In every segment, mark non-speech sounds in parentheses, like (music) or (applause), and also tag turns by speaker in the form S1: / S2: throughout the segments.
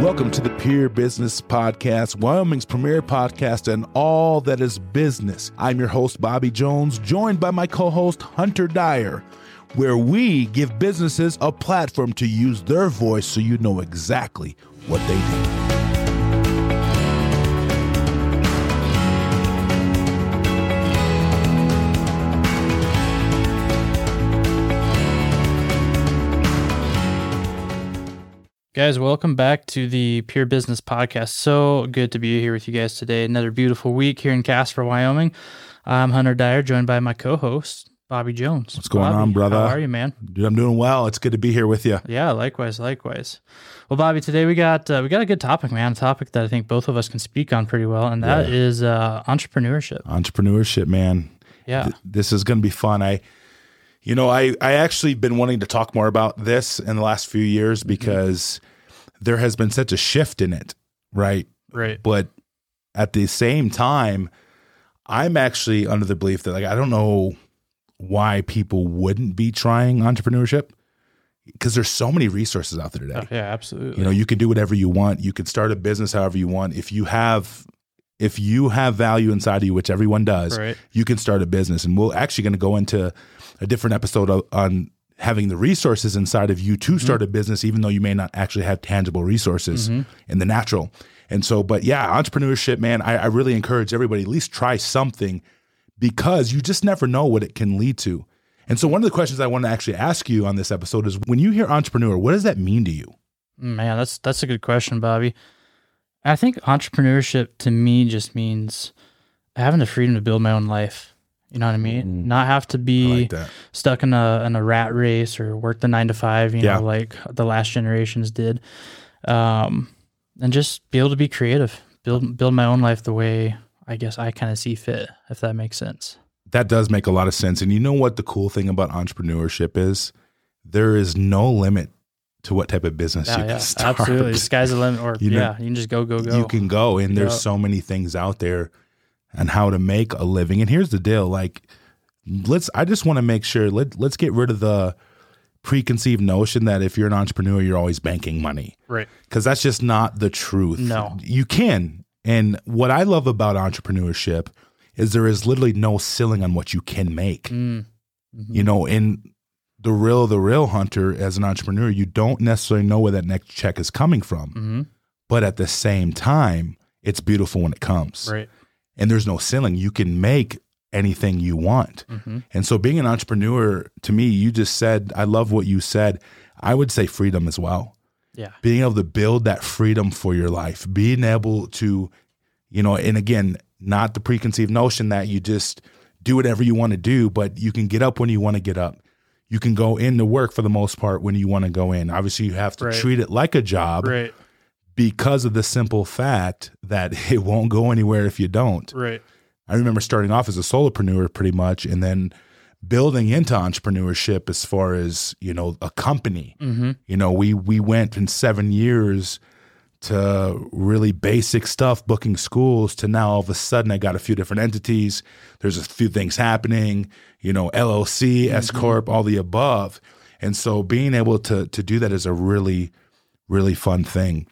S1: Welcome to the Peer Business Podcast, Wyoming's premier podcast and all that is business. I'm your host, Bobby Jones, joined by my co host, Hunter Dyer, where we give businesses a platform to use their voice so you know exactly what they do.
S2: Guys, welcome back to the Pure Business Podcast. So good to be here with you guys today. Another beautiful week here in Casper, Wyoming. I'm Hunter Dyer, joined by my co host, Bobby Jones.
S1: What's going
S2: Bobby,
S1: on, brother?
S2: How are you, man?
S1: Dude, I'm doing well. It's good to be here with you.
S2: Yeah, likewise, likewise. Well, Bobby, today we got uh, we got a good topic, man. A topic that I think both of us can speak on pretty well, and that is uh, entrepreneurship.
S1: Entrepreneurship, man.
S2: Yeah,
S1: Th- this is going to be fun. I, you know, I I actually been wanting to talk more about this in the last few years because there has been such a shift in it, right?
S2: right.
S1: But at the same time, I'm actually under the belief that like I don't know why people wouldn't be trying entrepreneurship because there's so many resources out there today.
S2: Oh, yeah, absolutely.
S1: You know, you can do whatever you want. You can start a business however you want. If you have if you have value inside of you, which everyone does,
S2: Right.
S1: you can start a business. And we're actually going to go into a different episode o- on having the resources inside of you to start a business, even though you may not actually have tangible resources in the natural. And so, but yeah, entrepreneurship, man, I, I really encourage everybody at least try something because you just never know what it can lead to. And so, one of the questions I want to actually ask you on this episode is when you hear entrepreneur, what does that mean to you?
S2: Man, that's that's a good question, Bobby. I think entrepreneurship to me just means having the freedom to build my own life. You know what I mean? Not have to be
S1: Mm-hmm. that.
S2: stuck in a in a rat race or work the nine to five, you
S1: Yeah.
S2: know, like the last generations did. Um, and just be able to be creative, build build my own life the way I guess I kind of see fit, if that makes sense.
S1: That does make a lot of sense. And you know what the cool thing about entrepreneurship is? There is no limit to what type of business you
S2: Yeah,
S1: can
S2: yeah,
S1: start. (laughs)
S2: absolutely. Sky's the limit, or
S1: You know,
S2: yeah, you can just go, go, go.
S1: You can go, and there's
S2: Yeah.
S1: so many things out there on how to make a living. And here's the deal: like, let's. I just want to make sure let let's get rid of the preconceived notion that if you're an entrepreneur, you're always banking money
S2: right,
S1: because that's just not the truth.
S2: No.
S1: you can. And what I love about entrepreneurship is there is literally no ceiling on what you can make.
S2: Mm, mm-hmm.
S1: You know, in the real, the real hunter as an entrepreneur, you don't necessarily know where that next check is coming from.
S2: Mhm.
S1: But at the same time, it's beautiful when it comes.
S2: right,
S1: And there's no ceiling. You can make anything you want.
S2: Mhm.
S1: And so being an entrepreneur, to me, you just said, I love what you said. I would say freedom as well
S2: yeah,
S1: being able to build that freedom for your life, being able to, you know, and again, not the preconceived notion that you just do whatever you want to do, but you can get up when you want to get up. You can go into work for the most part when you want to go in. Obviously, you have to
S2: Right.
S1: treat it like a job
S2: right,
S1: because of the simple fact that (laughs) it won't go anywhere if you don't.
S2: right,
S1: I remember starting off as a solopreneur pretty much and then building into entrepreneurship as far as, you know, a company.
S2: Mhm.
S1: You know, we we went in 7 years to really basic stuff booking schools to now all of a sudden I got a few different entities. There's a few things happening, you know, LLC, S corp, all the above. And so being able to to do that is a really really fun thing.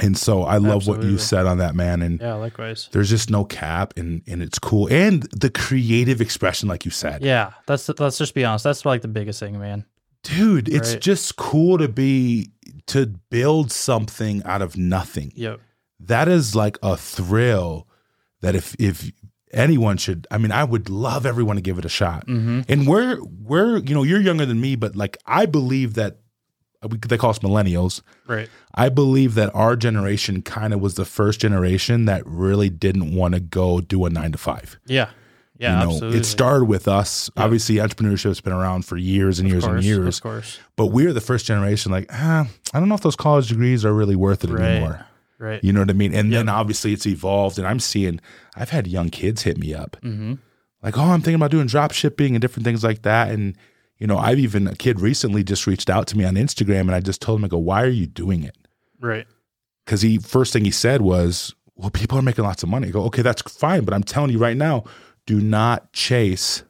S1: And so I love what you
S2: Absolutely.
S1: said on that man and
S2: yeah, likewise.
S1: there's just no cap and and it's cool and the creative expression like you said
S2: Yeah, that's let's just be honest. That's like the biggest thing, man.
S1: dude it's
S2: Right.
S1: just cool to be to build something out of nothing
S2: Yep.
S1: that is like a thrill that if if anyone should i mean i would love everyone to give it a shot
S2: (laughs) Mm-hmm.
S1: and we're we're you know you're younger than me but like i believe that we, they call us millennials
S2: Right.
S1: I believe that our generation kind of was the first generation that really didn't want to go do a nine to five.
S2: Yeah. Yeah.
S1: you know,
S2: absolutely.
S1: it started with us.
S2: Yeah.
S1: Obviously, entrepreneurship's been around for years and years
S2: of course,
S1: and years.
S2: Of course.
S1: But we're the first generation. Like, ah, I don't know if those college degrees are really worth it
S2: Right.
S1: anymore.
S2: Right.
S1: You know what I mean? And
S2: Yep.
S1: then obviously it's evolved. And I'm seeing, I've had young kids hit me up,
S2: Mm-hmm.
S1: like, oh, I'm thinking about doing drop shipping and different things like that. And you know, I've even a kid recently just reached out to me on Instagram, and I just told him, I go, why are you doing it?
S2: Right.
S1: because he first thing he said was, "Well, people are making lots of money." I go, "Okay, that's fine, but I'm telling you right now, do not chase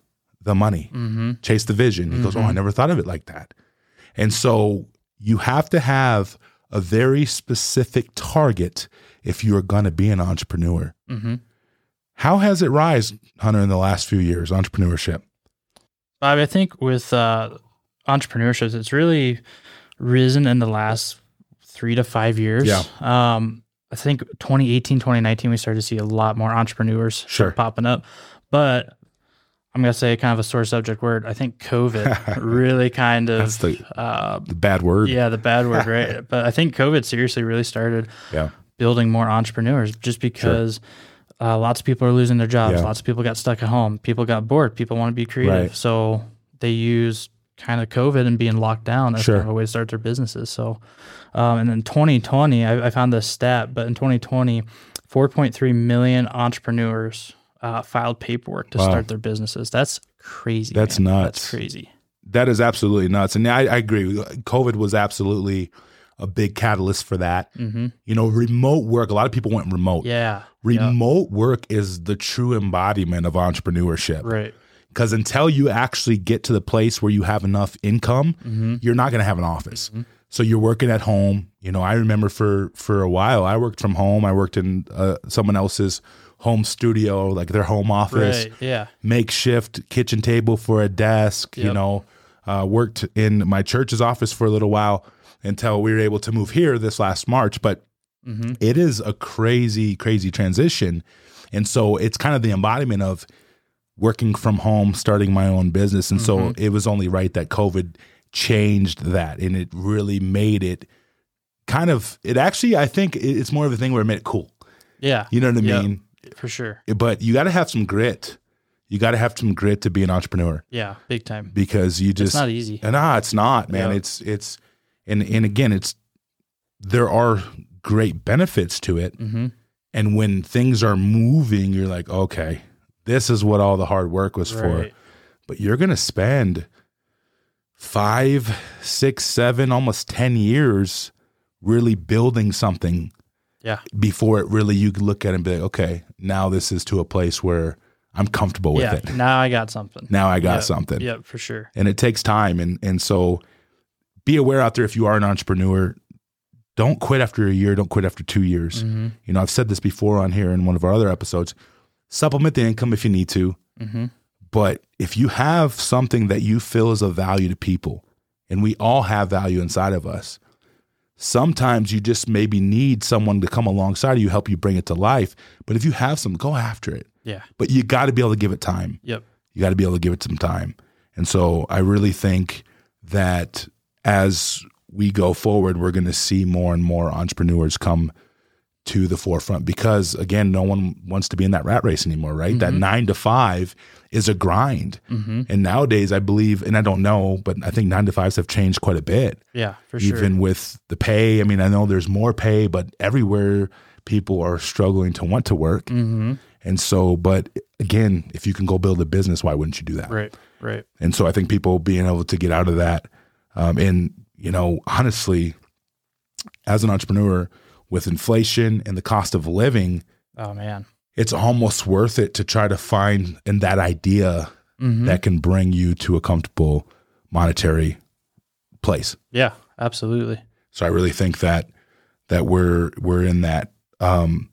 S1: the money,
S2: Mm-hmm.
S1: chase the vision." He goes, "Oh, I never thought of it like that," and so you have to have a very specific target if you're going to be an entrepreneur.
S2: Mm-hmm.
S1: How has it rise, Hunter, in the last few years, entrepreneurship?
S2: Bobby, I think with uh, entrepreneurship, it's really risen in the last three to five years.
S1: Yeah.
S2: Um, I think 2018, 2019, we started to see a lot more entrepreneurs
S1: Sure.
S2: popping up. But I'm going to say kind of a sore subject word. I
S1: (laughs)
S2: think COVID really kind of,
S1: That's the,
S2: uh,
S1: the bad word.
S2: yeah, the bad
S1: (laughs)
S2: word, right? But I think COVID seriously really started
S1: Yeah.
S2: building more entrepreneurs just because uh, lots of people are losing their jobs.
S1: Yeah.
S2: Lots of people got stuck at home. People got bored. People want to be creative.
S1: Right.
S2: So they use kind of COVID and being locked down as
S1: Sure.
S2: kind of a way to start their businesses. So, um, and in 2020, I, I found this stat, but in 2020, 4.3 million entrepreneurs uh, filed paperwork to
S1: Wow.
S2: start their businesses. That's crazy.
S1: That's
S2: man.
S1: nuts.
S2: That's crazy.
S1: That is absolutely nuts. And I, I agree. COVID was absolutely a big catalyst for that.
S2: hmm
S1: You know, remote work, a lot of people went remote.
S2: Yeah.
S1: Remote work is the true embodiment of entrepreneurship.
S2: Right.
S1: Because until you actually get to the place where you have enough income,
S2: Mm-hmm.
S1: you're not going to have an office.
S2: Mhm.
S1: So you're working at home. You know, I remember for for a while, I worked from home. I worked in uh, someone else's home studio, like their home office,
S2: Right. Yeah.
S1: makeshift kitchen table for a desk. You
S2: Yep.
S1: know, uh, worked in my church's office for a little while until we were able to move here this last March. But
S2: hmm
S1: it is a crazy, crazy transition. And so it's kind of the embodiment of working from home, starting my own business. And so
S2: Mm-hmm.
S1: it was only right that COVID changed that and it really made it kind of, it actually, I think it- it's more of a thing where it made it cool.
S2: Yeah.
S1: You know what I
S2: Yeah.
S1: mean?
S2: For sure.
S1: But you got to have some grit. You got to have some grit to be an entrepreneur
S2: Yeah. Big time.
S1: because you
S2: It's
S1: just,
S2: not easy.
S1: and ah, it's not, man.
S2: Yeah.
S1: It's, it's, and, and again, it's, there are great benefits to it.
S2: Mm-hmm.
S1: And when things are moving, you're like, okay, this is what all the hard work was for. But you're going to spend five, six, seven, almost 10 years really building something
S2: Yeah.
S1: before it really, you can look at it and be like, okay, now this is to a place where I'm comfortable with
S2: yeah.
S1: it.
S2: Now I got something.
S1: Now I got
S2: Yeah.
S1: something.
S2: Yeah, for sure.
S1: And it takes time. And, and so be aware out there if you are an entrepreneur, don't quit after a year, don't quit after two years.
S2: Mm-hmm.
S1: You know, I've said this before on here in one of our other episodes. Supplement the income if you need to,
S2: Mm-hmm.
S1: but if you have something that you feel is of value to people, and we all have value inside of us, sometimes you just maybe need someone to come alongside you, help you bring it to life. But if you have some, go after it.
S2: Yeah.
S1: But you got to be able to give it time
S2: Yep.
S1: you got to be able to give it some time. And so I really think that as we go forward, we're going to see more and more entrepreneurs come to the forefront because, again, no one wants to be in that rat race anymore, right? That nine to five is a grind.
S2: Mm-hmm.
S1: And nowadays, I believe, and I don't know, but I think nine to fives have changed quite a bit,
S2: Yeah, for sure.
S1: even with the pay. I mean, I know there's more pay, but everywhere people are struggling to want to work.
S2: mm-hmm.
S1: And so, but again, if you can go build a business, why wouldn't you do that?
S2: Right. Right.
S1: And so I think people being able to get out of that. Um, and, you know, honestly, as an entrepreneur with inflation and the cost of living,
S2: Oh man.
S1: it's almost worth it to try to find in that idea
S2: Mm-hmm.
S1: that can bring you to a comfortable monetary place.
S2: yeah. Absolutely.
S1: So I really think that that we're we're in that. Um,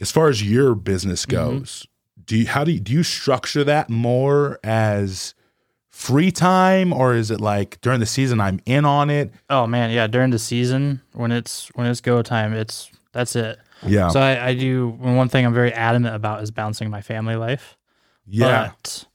S1: as far as your business
S2: Mhm.
S1: goes, do you how do you, do you structure that more as free time or is it like during the season I'm in on it?
S2: Oh man. Yeah. During the season, when it's when it's go time, it's that's it.
S1: Yeah,
S2: So I, I do one thing I'm very adamant about is balancing my family life.
S1: yeah,
S2: But,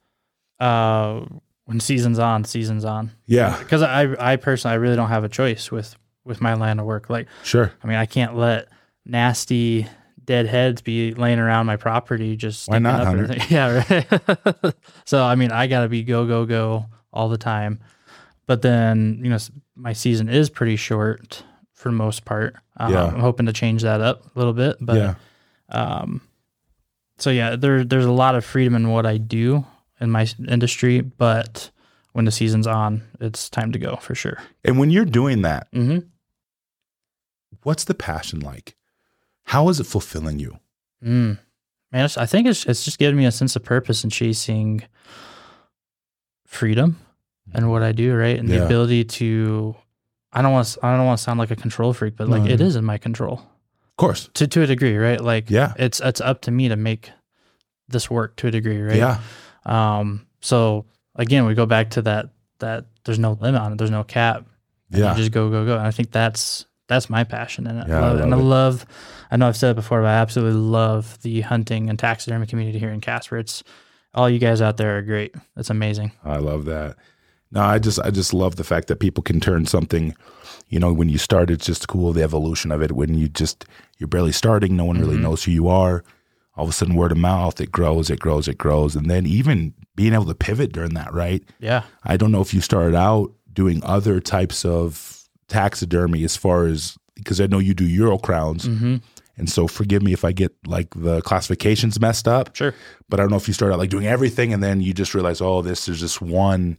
S2: uh, when season's on, season's on.
S1: yeah.
S2: Because I I personally I really don't have a choice with with my line of work. Like
S1: Sure.
S2: I mean, I can't let nasty dead heads be laying around my property just
S1: Why
S2: sticking
S1: not,
S2: up
S1: Hunter?
S2: everything. (laughs) Yeah, right. (laughs) so I mean, I got to be go go go all the time. But then, you know, s- my season is pretty short for the most part. Um,
S1: Yeah.
S2: I'm hoping to change that up a little bit, but
S1: yeah,
S2: um so yeah, there there's a lot of freedom in what I do in my s- industry, but when the season's on, it's time to go for sure.
S1: and when you're doing that,
S2: Mhm.
S1: what's the passion like? How is it fulfilling you?
S2: Mm. Man, it's, I think it's it's just given me a sense of purpose in chasing freedom and what I do, right? And
S1: Yeah.
S2: the ability to I don't want to. I don't want to sound like a control freak, but like it is in my control
S1: Of course.
S2: to to a degree, right? Like
S1: Yeah.
S2: it's it's up to me to make this work to a degree, right?
S1: Yeah.
S2: Um. So again, we go back to that that there's no limit on it. There's no cap. And
S1: Yeah.
S2: You just go go go. And I think that's that's my passion in it.
S1: Yeah, I
S2: I love, it. and I
S1: love it.
S2: love. I know I've said it before, but I absolutely love the hunting and taxidermy community here in Casper. It's all you guys out there are great. That's amazing.
S1: I love that. No, I just I just love the fact that people can turn something, you know, when you start, it's just cool the evolution of it. When you just you're barely starting, no one really knows who you are. All of a sudden, word of mouth, it grows, it grows, it grows, and then even being able to pivot during that, right?
S2: Yeah.
S1: I don't know if you started out doing other types of taxidermy as far as because I know you do euro crowns. And so forgive me if I get like the classifications messed up.
S2: Sure.
S1: But I don't know if you start out like doing everything and then you just realize, oh, this is just one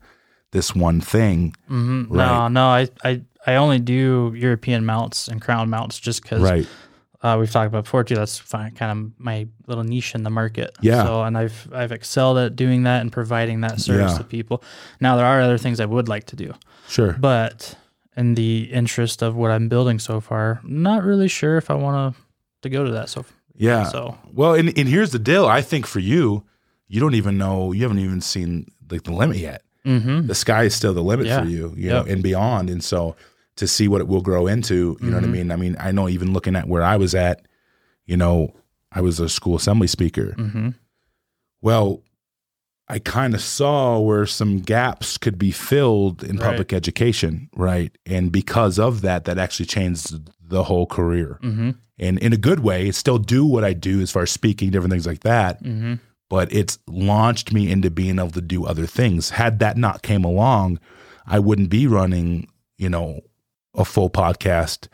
S1: this one thing.
S2: Mm-hmm. No, no, I, I, I only do European mounts and crown mounts just because
S1: Right.
S2: uh, we've talked about before too. That's fine, kind of my little niche in the market.
S1: Yeah.
S2: So, and I've I've excelled at doing that and providing that service
S1: Yeah.
S2: to people. Now there are other things I would like to do,
S1: Sure.
S2: but in the interest of what I'm building so far, not really sure if I want to to go to that. So
S1: yeah.
S2: so
S1: Well, and, and here's the deal. I think for you, you don't even know you haven't even seen like the limit yet.
S2: mm-hmm.
S1: the sky is still the limit
S2: Yeah.
S1: for you, you
S2: Yep.
S1: know, and beyond. And so to see what it will grow into, you know
S2: Mm-hmm.
S1: what I mean? I mean, I know even looking at where I was at, you know, I was a school assembly speaker.
S2: Mm-hmm.
S1: Well, I kind of saw where some gaps could be filled in
S2: Right.
S1: public education, right? And because of that, that actually changed the whole career.
S2: Mm-hmm.
S1: And in a good way, still do what I do as far as speaking, different things like that
S2: Mm-hmm.
S1: but it's launched me into being able to do other things. Had that not came along, I wouldn't be running, you know, a full podcast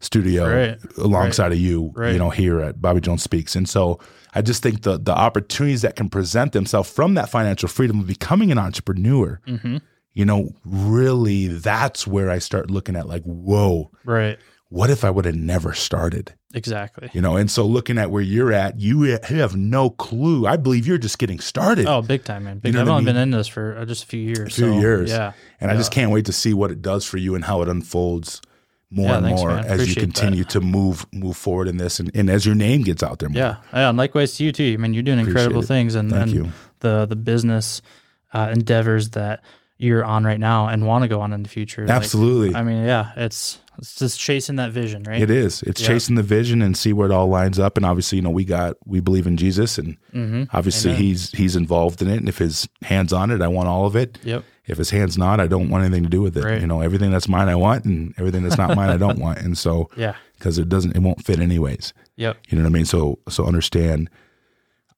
S1: studio
S2: Right.
S1: alongside of you,
S2: Right.
S1: you know, here at Bobby Jones Speaks. And so I just think the the opportunities that can present themselves from that financial freedom of becoming an entrepreneur,
S2: Mm-hmm.
S1: you know, really that's where I start looking at like, whoa,
S2: Right.
S1: what if I would have never started?
S2: Exactly.
S1: You know, and so looking at where you're at, you ha- have no clue. I believe you're just getting started.
S2: Oh, big time, man! Big
S1: know
S2: time. I've
S1: what I
S2: only
S1: mean?
S2: been in this for uh, just a few years.
S1: few
S2: so,
S1: years.
S2: Yeah.
S1: And I just can't wait to see what it does for you and how it unfolds more
S2: Yeah,
S1: and
S2: thanks,
S1: more as
S2: man.
S1: you
S2: Appreciate
S1: continue to move move forward in this and, and as your name gets out there more.
S2: Yeah, yeah, and likewise to you too. I mean, you're doing incredible
S1: it.
S2: things, and,
S1: Thank
S2: and
S1: you.
S2: the the business uh, endeavors that you're on right now and want to go on in the future. Like,
S1: Absolutely.
S2: I mean, yeah, it's it's just chasing that vision, right?
S1: it is. It's chasing the vision and see where it all lines up. And obviously, you know, we got we believe in Jesus and
S2: Mm-hmm.
S1: obviously he's he's involved in it. And if his hand's on it, I want all of it.
S2: Yep.
S1: If his hand's not, I don't want anything to do with it.
S2: Right.
S1: You know, everything that's mine I want and everything that's not mine I don't want. And so
S2: Yeah.
S1: because it doesn't it won't fit anyways.
S2: Yep.
S1: You know what I mean? So so understand.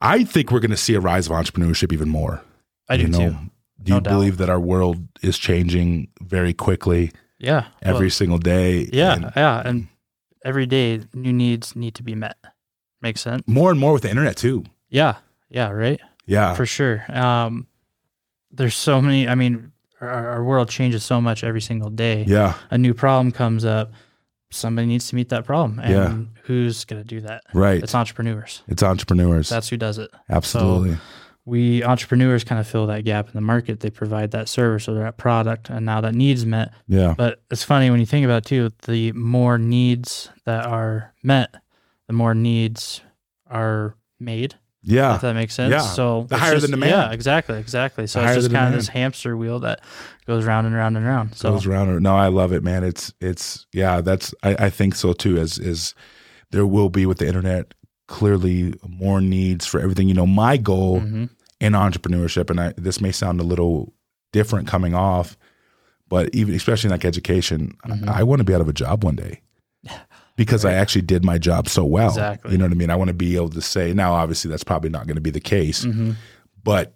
S1: I think we're going to see a rise of entrepreneurship even more.
S2: I do
S1: you know, do
S2: too. No
S1: you
S2: doubt.
S1: believe that our world is changing very quickly
S2: Yeah.
S1: every
S2: Well,
S1: single day?
S2: yeah.
S1: And
S2: yeah. And every day, new needs need to be met. Makes sense.
S1: more and more with the internet too.
S2: Yeah. Yeah. Right.
S1: Yeah,
S2: for sure. Um, there's so many. I mean, our, our world changes so much every single day.
S1: yeah.
S2: a new problem comes up, somebody needs to meet that problem. And
S1: Yeah.
S2: who's going to do that?
S1: Right. It's,
S2: It's entrepreneurs.
S1: entrepreneurs.
S2: That's who does it.
S1: Absolutely.
S2: We entrepreneurs kind of fill that gap in the market. They provide that service or that product, and now that needs met.
S1: yeah.
S2: But it's funny when you think about it too. The more needs that are met, the more needs are made.
S1: Yeah.
S2: If that makes sense.
S1: Yeah.
S2: So
S1: The
S2: it's
S1: higher the
S2: just-
S1: demand.
S2: Yeah, exactly, exactly. So
S1: The
S2: it's
S1: higher
S2: just
S1: the
S2: kind
S1: demand.
S2: of this hamster wheel that goes round and round and round. So
S1: goes around. or- No, I love it, man. It's it's yeah. That's I, I think so too. As is there will be with the internet clearly more needs for everything. You know, my goal
S2: Mhm.
S1: in entrepreneurship, and I, this may sound a little different coming off, but even especially in like education, I, I want to be out of a job one day because I actually did my job so well.
S2: Exactly.
S1: You know what I mean? I want to be able to say now. Obviously, that's probably not going to be the case,
S2: Mhm.
S1: but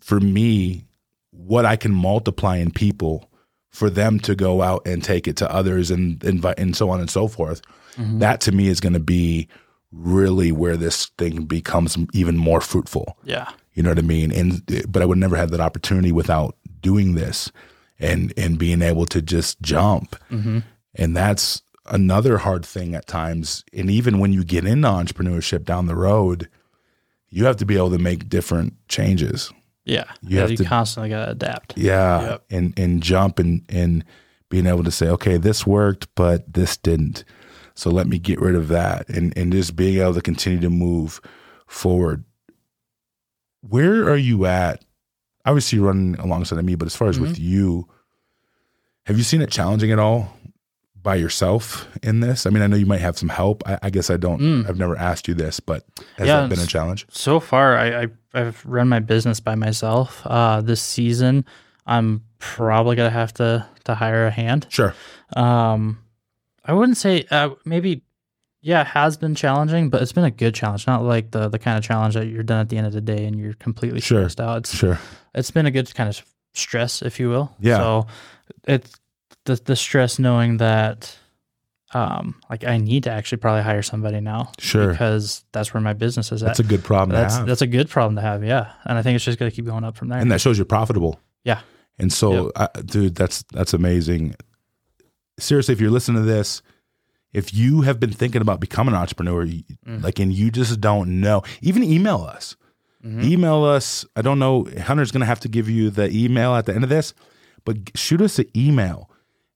S1: for me, what I can multiply in people for them to go out and take it to others and invite and so on and so forth. That to me is going to be really where this thing becomes even more fruitful.
S2: yeah,
S1: You know what I mean? And but I would never have that opportunity without doing this and and being able to just jump.
S2: Mm-hmm.
S1: And that's another hard thing at times. And even when you get into entrepreneurship down the road, you have to be able to make different changes.
S2: yeah.
S1: You
S2: yeah,
S1: have
S2: you
S1: to-
S2: constantly got to adapt.
S1: Yeah.
S2: Yep.
S1: And and jump and and being able to say, okay, this worked, but this didn't. So let me get rid of that and, and just being able to continue to move forward. Where are you at? Obviously, you're running alongside of me, but as far as with
S2: Mm-hmm.
S1: you, have you seen it challenging at all by yourself in this? I mean, I know you might have some help. I, I guess I don't,
S2: Mm.
S1: I've never asked you this, but has
S2: Yeah,
S1: that been a
S2: it's-
S1: challenge?
S2: So far, I, I I've run my business by myself. Uh, this season, I'm probably gonna have to to hire a hand.
S1: Sure.
S2: Um, I wouldn't say uh, maybe. Yeah, it has been challenging, but it's been a good challenge. Not like the the kind of challenge that you're done at the end of the day and you're completely
S1: Sure.
S2: stressed out. It's
S1: Sure.
S2: it's been a good kind of stress, if you will.
S1: Yeah.
S2: So it's the the stress knowing that, um, like I need to actually probably hire somebody now.
S1: Sure.
S2: Because that's where my business is at.
S1: That's a good problem
S2: That's
S1: to have.
S2: that's a good problem to have, yeah. And I think it's just gonna keep going up from there.
S1: and that shows you're profitable.
S2: Yeah.
S1: And so, I, dude, that's that's amazing. Seriously, if you're listening to this, if you have been thinking about becoming an entrepreneur, you- like, and you just don't know, even email us. Email us. I don't know. Hunter's going to have to give you the email at the end of this, but g- shoot us an email.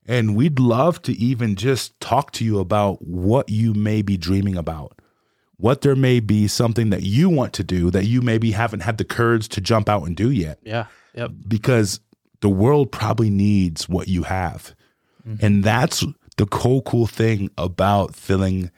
S1: And we'd love to even just talk to you about what you may be dreaming about what there may be something that you want to do that you maybe haven't had the courage to jump out and do yet
S2: yeah. Yep.
S1: because the world probably needs what you have. And that's the cool, cool thing about filling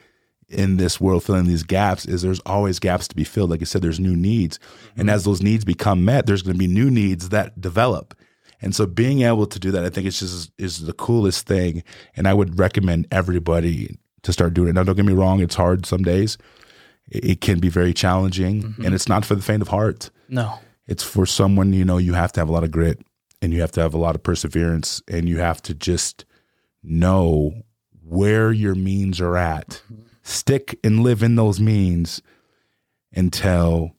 S1: in this world, filling these gaps is there's always gaps to be filled. Like I said, there's new needs. And as those needs become met, there's going to be new needs that develop. And so being able to do that, I think it's just is the coolest thing. And I would recommend everybody to start doing it. Now, don't get me wrong. It's hard some days. It it can be very challenging and it's not for the faint of heart
S2: No.
S1: it's for someone you know you have to have a lot of grit and you have to have a lot of perseverance and you have to just know where your means are at
S2: Mm-hmm.
S1: stick and live in those means until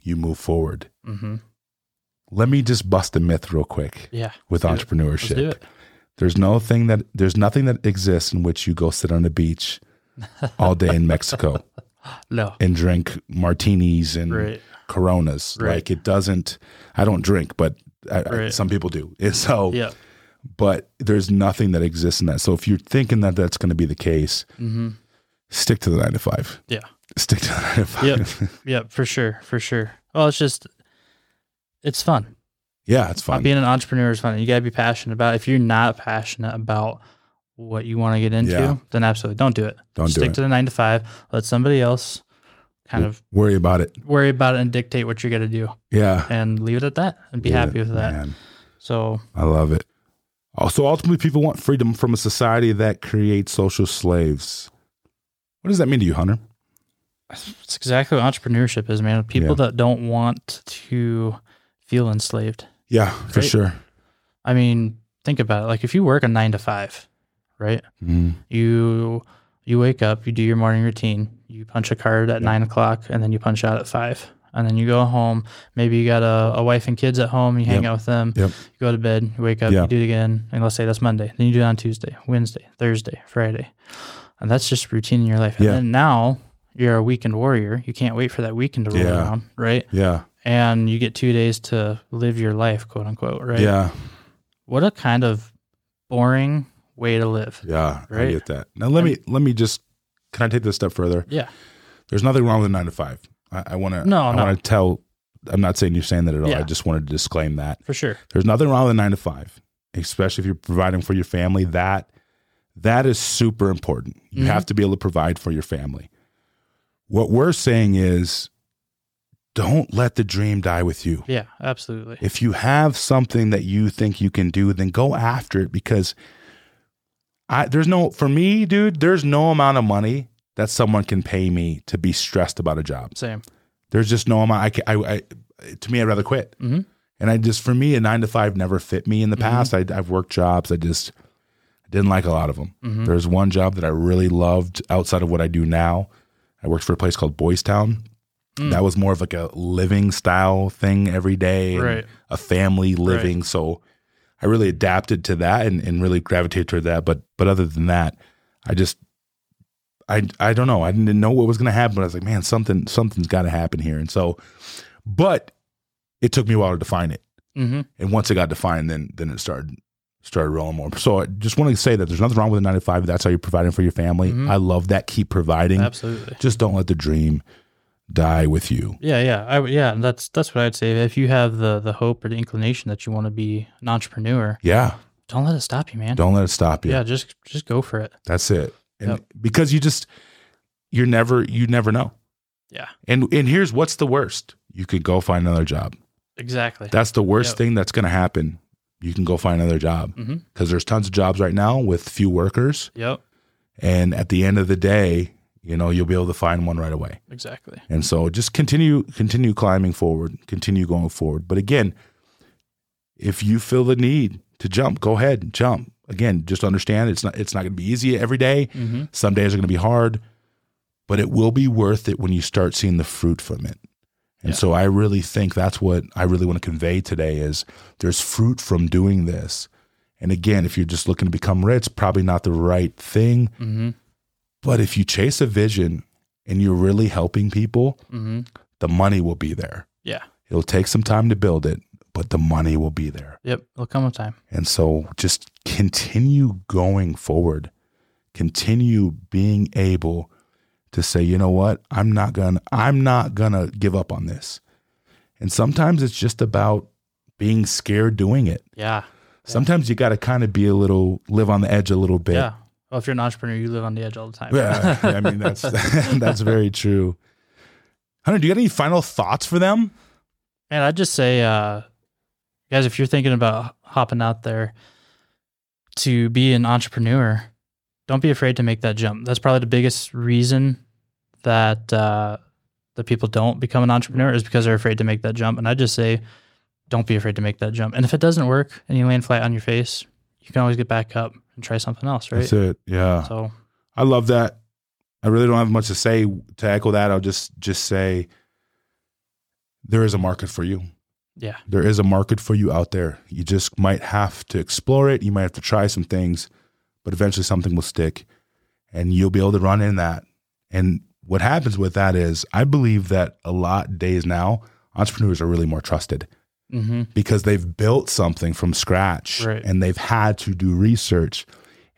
S1: you move forward
S2: Mm-hmm.
S1: let me just bust a myth real quick
S2: Yeah.
S1: with
S2: Let's do it. Let's
S1: entrepreneurship
S2: do it.
S1: there's no thing that there's nothing that exists in which you go sit on the
S2: (laughs)
S1: beach all day in mexico
S2: No.
S1: and drink martinis and
S2: Right.
S1: coronas
S2: Right.
S1: like it doesn't i don't drink but I, I-
S2: Right.
S1: some people do (laughs) and so
S2: Yeah.
S1: but there's nothing that exists in that so if you're thinking that that's going to be the case
S2: Mm-hmm.
S1: stick to the nine to five
S2: Yeah.
S1: stick to the nine to five
S2: Yep. Yep. For sure. For sure. Well, it's just it's fun.
S1: (laughs)
S2: Uh,
S1: yeah it's fun
S2: Being an entrepreneur is fun. You gotta be passionate about. It. If you're not passionate about what you want to get into,
S1: Yeah.
S2: then absolutely don't do it.
S1: Don't do
S2: Stick
S1: it.
S2: to the nine to five. Let somebody else kind of
S1: worry about it
S2: worry about it and dictate what you're gonna do,
S1: yeah
S2: and leave it at that, and be
S1: Yeah,
S2: happy with that.
S1: man.
S2: So
S1: i love it Oh, so ultimately people want freedom from a society that creates social slaves what does that mean to you hunter
S2: It's exactly what entrepreneurship is, man. People
S1: Yeah.
S2: that don't want to feel enslaved.
S1: yeah for
S2: Right.
S1: sure
S2: I mean, think about it. Like if you work a nine to five, right?
S1: Mhm.
S2: You you wake up, you do your morning routine, you punch a card at nine o'clock, and then you punch out at five. And then you go home. Maybe you got a, a wife and kids at home. You hang
S1: Yep.
S2: out with them.
S1: Yep.
S2: You go to bed. You wake up.
S1: Yeah.
S2: You do it again. And let's say that's Monday. Then you do it on Tuesday, Wednesday, Thursday, Friday, and that's just routine in your life. And
S1: Yeah.
S2: then now you're a weekend warrior. You can't wait for that weekend to roll
S1: Yeah.
S2: around, right?
S1: yeah
S2: and you get two days to live your life, quote unquote, right?
S1: yeah
S2: What a kind of boring way to live.
S1: yeah i
S2: Right.
S1: get that now let me let me just can i take this a step further
S2: Yeah.
S1: There's nothing wrong with a nine to five. I, I want to.
S2: No,
S1: I
S2: no.
S1: want to tell. I'm not saying you're saying that at all.
S2: Yeah.
S1: I just wanted to disclaim that.
S2: for sure.
S1: There's nothing wrong with a nine to five, especially if you're providing for your family. That that is super important. You
S2: Mhm.
S1: have to be able to provide for your family. What we're saying is, don't let the dream die with you.
S2: Yeah, absolutely.
S1: If you have something that you think you can do, then go after it because I there's no for me, dude, there's no amount of money that someone can pay me to be stressed about a job.
S2: Same.
S1: There's just no amount I ca- I, I to me I'd rather quit.
S2: Mhm.
S1: And I just for me a 9 to 5 never fit me in the past. I I've worked jobs I just didn't like a lot of them.
S2: Mm-hmm.
S1: There's one job that I really loved outside of what I do now. I worked for a place called Boys Town. That was more of like a living style thing every day, and
S2: Right.
S1: a family living. So I really adapted to that and, and really gravitated toward that. But but other than that, I just I I don't know. I didn't know what was gonna happen, but I was like, man, something something's gotta happen here. And so but it took me a while to define it.
S2: Mm-hmm.
S1: And once it got defined, then then it started started rolling more. So I just want to say that there's nothing wrong with a nine to five. if That's how you're providing for your family. I love that. Keep providing.
S2: Absolutely.
S1: Just don't let the dream die with you.
S2: Yeah, yeah, I, would- yeah. That's that's what I'd say. If you have the the hope or the inclination that you want to be an entrepreneur,
S1: Yeah.
S2: don't let it stop you, man.
S1: Don't let it stop you.
S2: Yeah, just just go for it.
S1: That's it. And
S2: Yep.
S1: because you just you're never you never know.
S2: Yeah,
S1: And and here's what's the worst. You could go find another job.
S2: exactly.
S1: That's the worst
S2: Yep.
S1: thing that's going to happen. You can go find another job because
S2: Mhm.
S1: there's tons of jobs right now with few workers.
S2: yep,
S1: And at the end of the day, you know you'll be able to find one right away.
S2: exactly.
S1: And so just continue continue climbing forward, continue going forward. But again, if you feel the need to jump, go ahead and jump. Again, just understand it's not it's not going to be easy every day.
S2: Mm-hmm.
S1: Some days are going to be hard, but it will be worth it when you start seeing the fruit from it. And
S2: Yeah.
S1: so I really think that's what I really want to convey today is there's fruit from doing this. And again, if you're just looking to become rich, probably not the right thing.
S2: Mm-hmm.
S1: But if you chase a vision and you're really helping people,
S2: Mm-hmm.
S1: the money will be there.
S2: Yeah.
S1: It'll take some time to build it, but the money will be there.
S2: Yep. It'll come a time.
S1: And so just continue going forward. Continue being able to say, you know what? I'm not gonna I'm not gonna give up on this. And sometimes it's just about being scared doing it.
S2: Yeah.
S1: Sometimes you gotta kind of be a little live on the edge a little bit.
S2: Yeah. Well, if you're an entrepreneur, you live on the edge all the
S1: (laughs)
S2: time.
S1: Yeah, I mean that's (laughs)
S2: (laughs)
S1: that's very true. Hunter, do you got any final thoughts for them?
S2: Man, I'd just say, uh, guys, if you're thinking about hopping out there to be an entrepreneur, don't be afraid to make that jump. That's probably the biggest reason that uh, that people don't become an entrepreneur is because they're afraid to make that jump. And I just say, don't be afraid to make that jump. And if it doesn't work and you land flat on your face, you can always get back up and try something else, right?
S1: That's it. Yeah.
S2: So
S1: I love that. I really don't have much to say to echo that. I'll just just say there is a market for you.
S2: yeah,
S1: There is a market for you out there. You just might have to explore it. You might have to try some things, but eventually something will stick and you'll be able to run in that. And what happens with that is I believe that a lot days now entrepreneurs are really more trusted
S2: mm-hmm.
S1: because they've built something from scratch
S2: Right.
S1: and they've had to do research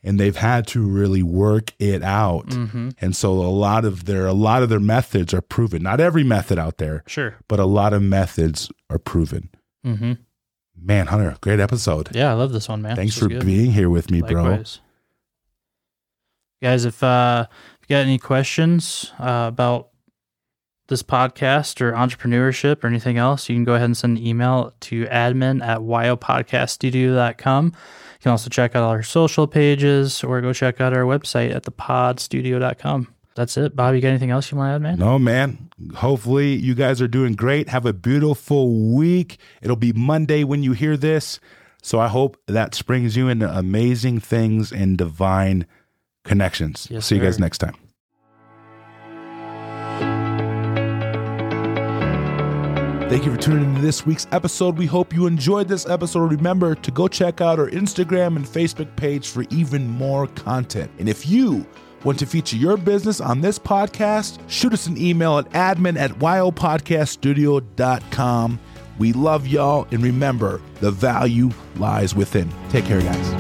S1: and they've had to really work it out.
S2: Mm-hmm.
S1: And so a lot of their a lot of their methods are proven. Not every method out there,
S2: sure,
S1: but a lot of methods are proven.
S2: mm-hmm.
S1: Man, Hunter, great episode.
S2: yeah, I love this one, man.
S1: Thanks
S2: This was
S1: for
S2: good.
S1: being here with me, bro.
S2: Likewise. Guys, if uh if you got any questions uh, about this podcast or entrepreneurship or anything else, you can go ahead and send an email to admin at yopodcaststudio.com. You can also check out our social pages or go check out our website at thepodstudio.com. That's it. Bobby, you got anything else you want to add, man?
S1: No, man. Hopefully you guys are doing great. Have a beautiful week. It'll be Monday when you hear this. So I hope that springs you into amazing things and divine connections.
S2: Yes,
S1: See you guys
S2: sir.
S1: next time. Thank you for tuning into this week's episode. We hope you enjoyed this episode. Remember to go check out our Instagram and Facebook page for even more content. And if you want to feature your business on this podcast, shoot us an email at admin at wildpodcaststudio.com. We love y'all. And remember, the value lies within. Take care, guys.